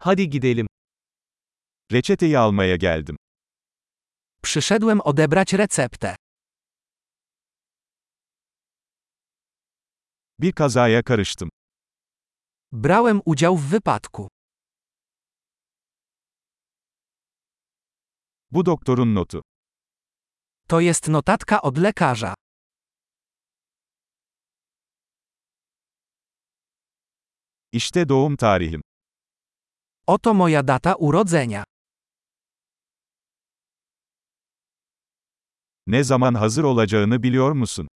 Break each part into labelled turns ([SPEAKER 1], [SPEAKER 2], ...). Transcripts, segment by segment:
[SPEAKER 1] Hadi gidelim. Reçeteyi almaya geldim.
[SPEAKER 2] Przyszedłem odebrać receptę.
[SPEAKER 1] Bir kazaya karıştım.
[SPEAKER 2] Brałem udział w wypadku.
[SPEAKER 1] Bu doktorun notu.
[SPEAKER 2] To jest notatka od lekarza.
[SPEAKER 1] İşte doğum tarihim.
[SPEAKER 2] Oto moja data urodzenia.
[SPEAKER 1] Ne zaman hazır olacağını biliyor musun?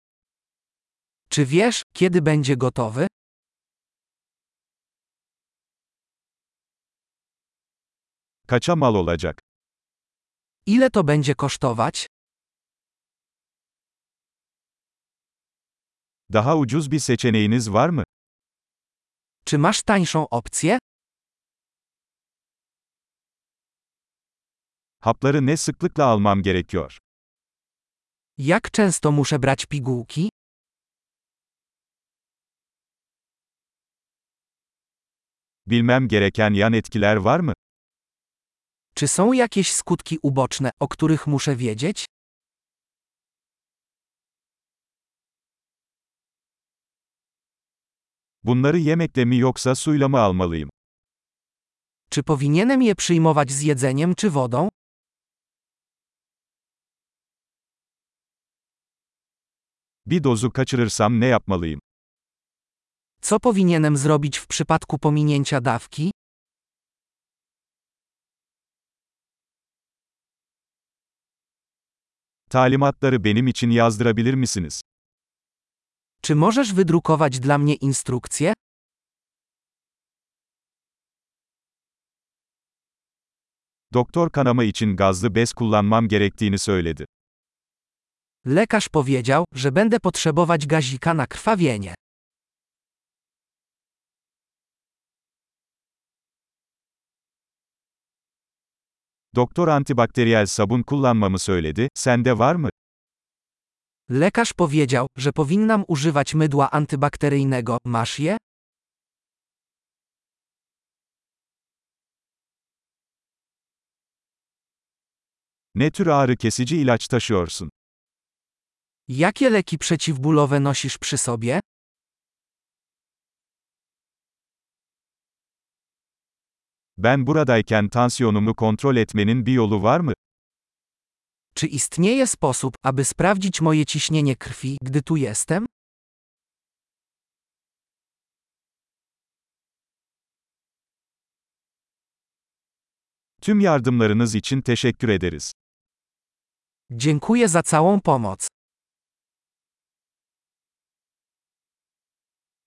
[SPEAKER 2] Czy wiesz, kiedy będzie gotowy?
[SPEAKER 1] Kaça mal olacak?
[SPEAKER 2] Ile to będzie kosztować?
[SPEAKER 1] Daha ucuz bir seçeneğiniz var mı?
[SPEAKER 2] Czy masz tańszą opcję?
[SPEAKER 1] Hapları ne sıklıkla almam gerekiyor?
[SPEAKER 2] Jak często muszę brać pigułki?
[SPEAKER 1] Bilmem gereken yan etkiler var mı?
[SPEAKER 2] Czy są jakieś skutki uboczne, o których muszę wiedzieć?
[SPEAKER 1] Bunları yemekle mi yoksa suyla mı almalıyım?
[SPEAKER 2] Czy powinienem je przyjmować z jedzeniem czy wodą?
[SPEAKER 1] Bir dozu kaçırırsam ne yapmalıyım?
[SPEAKER 2] Co powinienem zrobić w przypadku pominięcia dawki?
[SPEAKER 1] Talimatları benim için yazdırabilir misiniz?
[SPEAKER 2] Czy możesz wydrukować dla mnie instrukcję?
[SPEAKER 1] Doktor kanama için gazlı bez kullanmam gerektiğini söyledi.
[SPEAKER 2] Lekarz powiedział, że będę potrzebować gazika na krwawienie.
[SPEAKER 1] Doktor antibakteriyel sabun kullanmamı söyledi, sende var mı?
[SPEAKER 2] Lekarz powiedział, że powinnam używać mydła antybakteryjnego. Masz je?
[SPEAKER 1] Ne tür ağrı kesici ilaç taşıyorsun?
[SPEAKER 2] Jakie leki przeciwbólowe nosisz przy sobie?
[SPEAKER 1] Ben buradayken tansiyonumu kontrol etmenin bir yolu var mı?
[SPEAKER 2] Czy istnieje sposób, aby sprawdzić moje ciśnienie krwi, gdy tu jestem?
[SPEAKER 1] Tüm yardımlarınız için teşekkür ederiz.
[SPEAKER 2] Dziękuję za całą pomoc.